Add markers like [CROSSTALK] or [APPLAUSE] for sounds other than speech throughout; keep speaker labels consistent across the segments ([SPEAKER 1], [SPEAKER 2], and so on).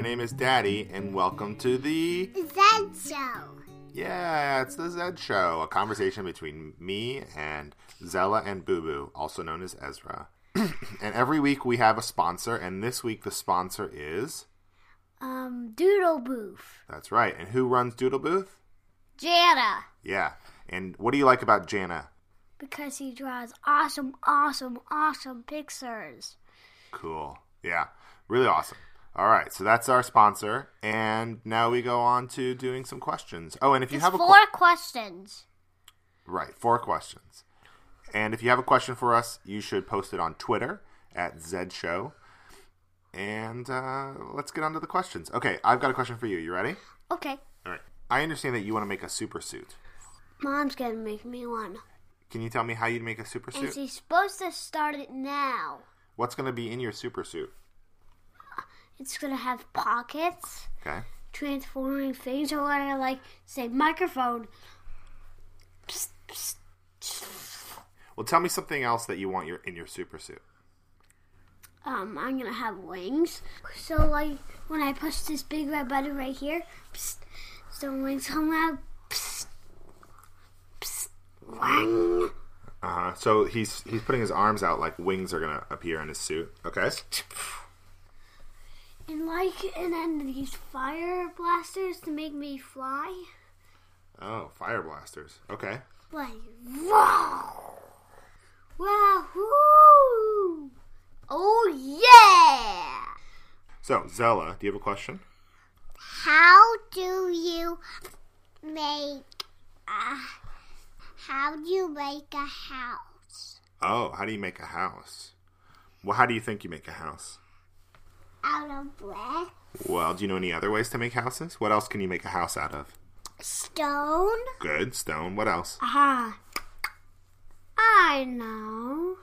[SPEAKER 1] name is Daddy, and welcome to the.
[SPEAKER 2] Zed Show.
[SPEAKER 1] Yeah, it's the Zed Show, a conversation between me and Zella and Boo Boo, also known as Ezra. [CLEARS THROAT] and every week we have a sponsor, and this week the sponsor is.
[SPEAKER 2] Um, Doodle Booth.
[SPEAKER 1] That's right. And who runs Doodle Booth?
[SPEAKER 2] Jada.
[SPEAKER 1] Yeah. And what do you like about Jana?
[SPEAKER 2] Because he draws awesome, awesome, awesome pictures.
[SPEAKER 1] Cool. Yeah. Really awesome. All right. So that's our sponsor. And now we go on to doing some questions. Oh, and if you
[SPEAKER 2] There's
[SPEAKER 1] have a
[SPEAKER 2] four
[SPEAKER 1] que-
[SPEAKER 2] questions.
[SPEAKER 1] Right, four questions. And if you have a question for us, you should post it on Twitter at Zed Show. And uh, let's get on to the questions. Okay, I've got a question for you. You ready?
[SPEAKER 2] Okay.
[SPEAKER 1] All right. I understand that you want to make a super suit.
[SPEAKER 2] Mom's gonna make me one.
[SPEAKER 1] Can you tell me how you'd make a super
[SPEAKER 2] And
[SPEAKER 1] suit?
[SPEAKER 2] she's supposed to start it now.
[SPEAKER 1] What's going to be in your super suit?
[SPEAKER 2] It's gonna have pockets,
[SPEAKER 1] Okay.
[SPEAKER 2] transforming things. We're gonna like say microphone. Psst, psst.
[SPEAKER 1] Well, tell me something else that you want your in your super suit.
[SPEAKER 2] Um, I'm gonna have wings. So like when I push this big red button right here, psst, some wings come out. Psst, psst, wang.
[SPEAKER 1] Uh huh. So he's he's putting his arms out like wings are going to appear in his suit. Okay.
[SPEAKER 2] And like and then these fire blasters to make me fly.
[SPEAKER 1] Oh, fire blasters. Okay.
[SPEAKER 2] Like wow, wahoo! Oh yeah!
[SPEAKER 1] So Zella, do you have a question?
[SPEAKER 2] How do you make a? How do you make a house?
[SPEAKER 1] Oh, how do you make a house? Well, how do you think you make a house?
[SPEAKER 2] Out of bread,
[SPEAKER 1] Well, do you know any other ways to make houses? What else can you make a house out of?
[SPEAKER 2] stone.
[SPEAKER 1] Good, stone, what else?
[SPEAKER 2] Ah, I know.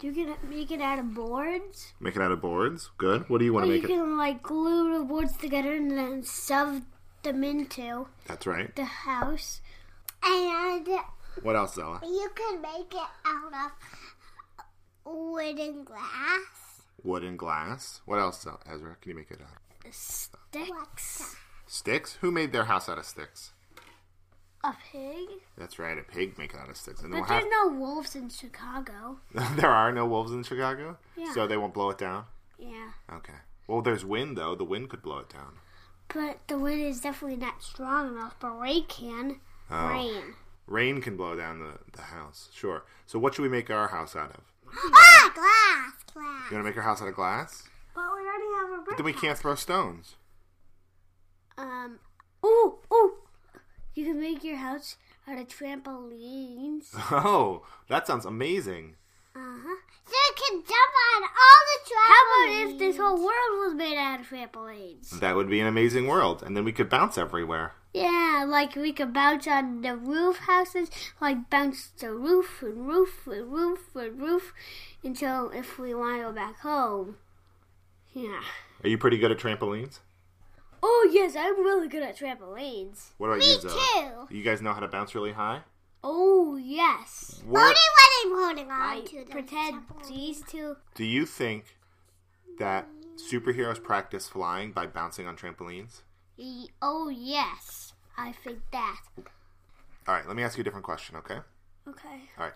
[SPEAKER 2] You can make it out of boards.
[SPEAKER 1] Make it out of boards? Good. What do you want
[SPEAKER 2] Or
[SPEAKER 1] to
[SPEAKER 2] you
[SPEAKER 1] make it?
[SPEAKER 2] can like glue the boards together and then shove them into.
[SPEAKER 1] That's right.
[SPEAKER 2] the house. And
[SPEAKER 1] What else, Zella?
[SPEAKER 2] you can make it out of wooden glass,
[SPEAKER 1] Wood and glass. What else, Zella? Ezra? Can you make it out? of?
[SPEAKER 2] sticks,
[SPEAKER 1] Sticks? Who made their house out of sticks?
[SPEAKER 2] a pig.
[SPEAKER 1] That's right, a pig make it out of sticks. And then
[SPEAKER 2] But
[SPEAKER 1] we'll
[SPEAKER 2] there's
[SPEAKER 1] have...
[SPEAKER 2] no wolves in Chicago.
[SPEAKER 1] [LAUGHS] there are no wolves in Chicago,
[SPEAKER 2] Yeah.
[SPEAKER 1] so they won't blow it down?
[SPEAKER 2] Yeah.
[SPEAKER 1] Okay. Well, there's wind, though. The wind could blow it down.
[SPEAKER 2] But the wind is definitely not strong enough, but rain can. [GASPS]
[SPEAKER 1] Oh.
[SPEAKER 2] Rain.
[SPEAKER 1] Rain can blow down the, the house, sure. So, what should we make our house out of?
[SPEAKER 2] Ah, glass, glass.
[SPEAKER 1] You want to make our house out of glass?
[SPEAKER 2] But we already have a brick.
[SPEAKER 1] Then we can't throw stones. [LAUGHS]
[SPEAKER 2] Um, ooh, ooh. You can make your house out of
[SPEAKER 1] [LAUGHS]
[SPEAKER 2] trampolines.
[SPEAKER 1] Oh, that sounds amazing.
[SPEAKER 2] Uh-huh. So it can jump on all the trampolines. How about if this whole world was made out of trampolines?
[SPEAKER 1] That would be an amazing world. And then we could bounce everywhere.
[SPEAKER 2] Yeah, like we could bounce on the roof houses, like bounce the roof and roof and roof and roof until if we want to go back home. Yeah.
[SPEAKER 1] Are you pretty good at trampolines?
[SPEAKER 2] Oh yes, I'm really good at trampolines.
[SPEAKER 1] What about
[SPEAKER 2] Me
[SPEAKER 1] you, Zoe? You guys know how to bounce really high?
[SPEAKER 2] Oh yes.
[SPEAKER 1] What
[SPEAKER 2] I'm holding on I to pretend these two.
[SPEAKER 1] do you think that superheroes practice flying by bouncing on trampolines?
[SPEAKER 2] E- Oh yes, I think that.
[SPEAKER 1] All right, let me ask you a different question, okay?
[SPEAKER 2] Okay.
[SPEAKER 1] All right.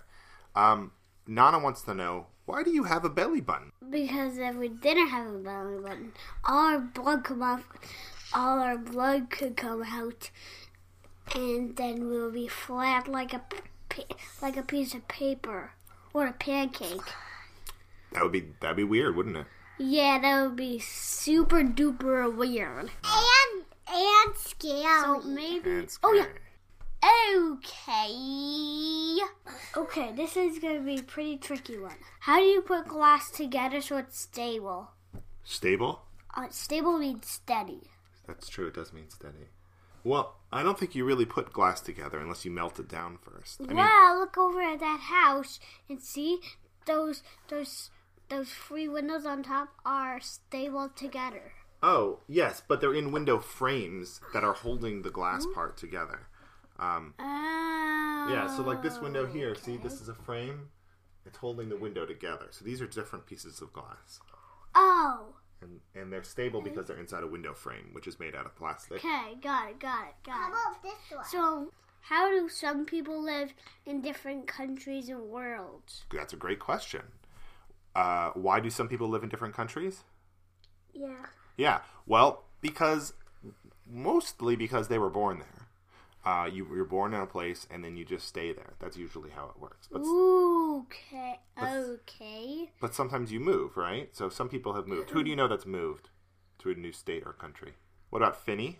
[SPEAKER 1] Um, Nana wants to know why do you have a belly button?
[SPEAKER 2] Because if we didn't have a belly button, all our blood come off, all our blood could come out, and then we'll be flat like a p- p- like a piece of paper or a pancake.
[SPEAKER 1] That would be that'd be weird, wouldn't it?
[SPEAKER 2] Yeah, that would be super duper weird and and scary. So maybe
[SPEAKER 1] It's
[SPEAKER 2] oh yeah.
[SPEAKER 1] scary.
[SPEAKER 2] Okay. Okay, this is gonna be a pretty tricky one. How do you put glass together so it's stable?
[SPEAKER 1] Stable?
[SPEAKER 2] Uh, stable means steady.
[SPEAKER 1] That's true. It does mean steady. Well, I don't think you really put glass together unless you melt it down first. I mean,
[SPEAKER 2] well, look over at that house and see those those those three windows on top are stable together.
[SPEAKER 1] oh yes, but they're in window frames that are holding the glass part together. Um,
[SPEAKER 2] Oh.
[SPEAKER 1] yeah, so like this window here, see, this is a frame. It's holding the window together. So these are different pieces of glass.
[SPEAKER 2] Oh.
[SPEAKER 1] and and they're stable because they're inside a window frame, which is made out of plastic.
[SPEAKER 2] Okay, got it, got it, got
[SPEAKER 3] How
[SPEAKER 2] it.
[SPEAKER 3] about this one?
[SPEAKER 2] So, how do some people live in different countries and worlds?
[SPEAKER 1] That's a great question. Uh, why do some people live in different countries?
[SPEAKER 2] Yeah.
[SPEAKER 1] Yeah. Well, because mostly because they were born there. Uh, you you're born in a place and then you just stay there. That's usually how it works. But
[SPEAKER 2] Okay. Okay.
[SPEAKER 1] but sometimes you move, right? So some people have moved. Who do you know that's moved to a new state or country? What about Finney?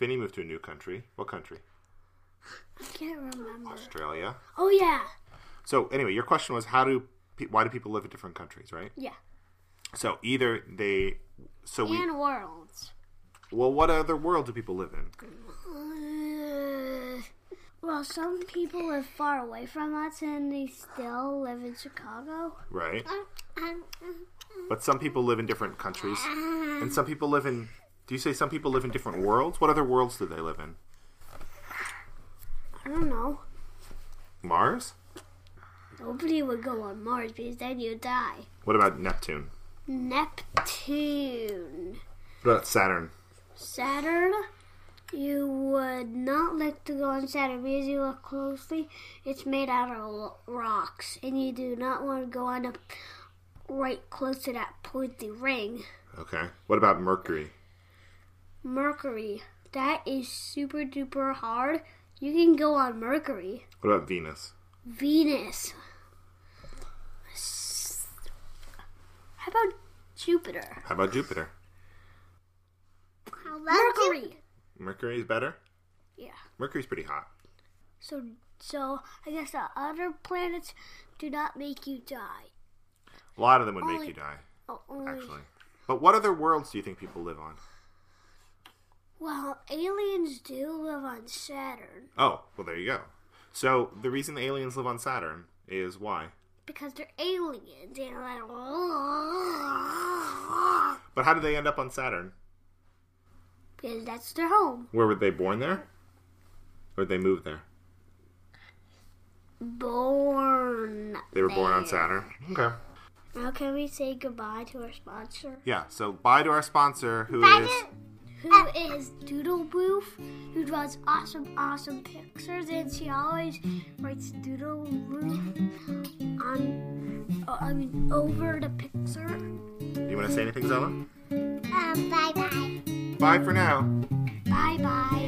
[SPEAKER 1] Finney moved to a new country. What country?
[SPEAKER 2] I can't remember.
[SPEAKER 1] Australia.
[SPEAKER 2] Oh yeah.
[SPEAKER 1] So anyway, your question was how do pe- why do people live in different countries, right?
[SPEAKER 2] Yeah.
[SPEAKER 1] So either they so we
[SPEAKER 2] and worlds.
[SPEAKER 1] well, what other world do people live in?
[SPEAKER 2] Uh, [SIGHS] well, some people live far away from us and they still live in Chicago.
[SPEAKER 1] Right?
[SPEAKER 3] Um,
[SPEAKER 1] But some people live in different countries, and some people live in. Do you say some people live in different worlds? What other worlds do they live in?
[SPEAKER 2] I don't know.
[SPEAKER 1] Mars?
[SPEAKER 2] Nobody would go on Mars because then you die.
[SPEAKER 1] What about Neptune?
[SPEAKER 2] Neptune.
[SPEAKER 1] What about Saturn?
[SPEAKER 2] Saturn, you would not like to go on Saturn because you look closely. It's made out of lo- rocks, and you do not want to go on up right close to that pointy ring.
[SPEAKER 1] Okay. What about Mercury?
[SPEAKER 2] Mercury, that is super duper hard. You can go on Mercury.
[SPEAKER 1] What about Venus?
[SPEAKER 2] Venus. S- How about Jupiter?
[SPEAKER 1] How about Jupiter?
[SPEAKER 3] how about you?
[SPEAKER 2] Mercury.
[SPEAKER 1] Mercury's better.
[SPEAKER 2] Yeah.
[SPEAKER 1] Mercury's pretty hot.
[SPEAKER 2] So, so I guess the other planets do not make you die.
[SPEAKER 1] A lot of them would make
[SPEAKER 2] Only-
[SPEAKER 1] you die,
[SPEAKER 2] Oh, only-
[SPEAKER 1] actually. But what other worlds do you think people live on?
[SPEAKER 2] Well, aliens do live on Saturn
[SPEAKER 1] Oh, well, there you go. So the reason the aliens live on Saturn is why.
[SPEAKER 2] because they're aliens. And like,
[SPEAKER 1] But how did they end up on Saturn?
[SPEAKER 2] because that's their home.
[SPEAKER 1] Where were they born there? Or did they move there?
[SPEAKER 2] Born.
[SPEAKER 1] They were born on
[SPEAKER 2] there.
[SPEAKER 1] Saturn. Okay.
[SPEAKER 2] Now, can we say goodbye to our sponsor,
[SPEAKER 1] Yeah, so bye to our sponsor, who is
[SPEAKER 3] Bye to-
[SPEAKER 2] who is Doodle Boof, who draws awesome, awesome pictures, and she always writes Doodle Boof on, uh, I mean, over the picture.
[SPEAKER 1] You want to say anything, Zella?
[SPEAKER 3] Um, bye bye.
[SPEAKER 1] Bye for now.
[SPEAKER 2] Bye bye.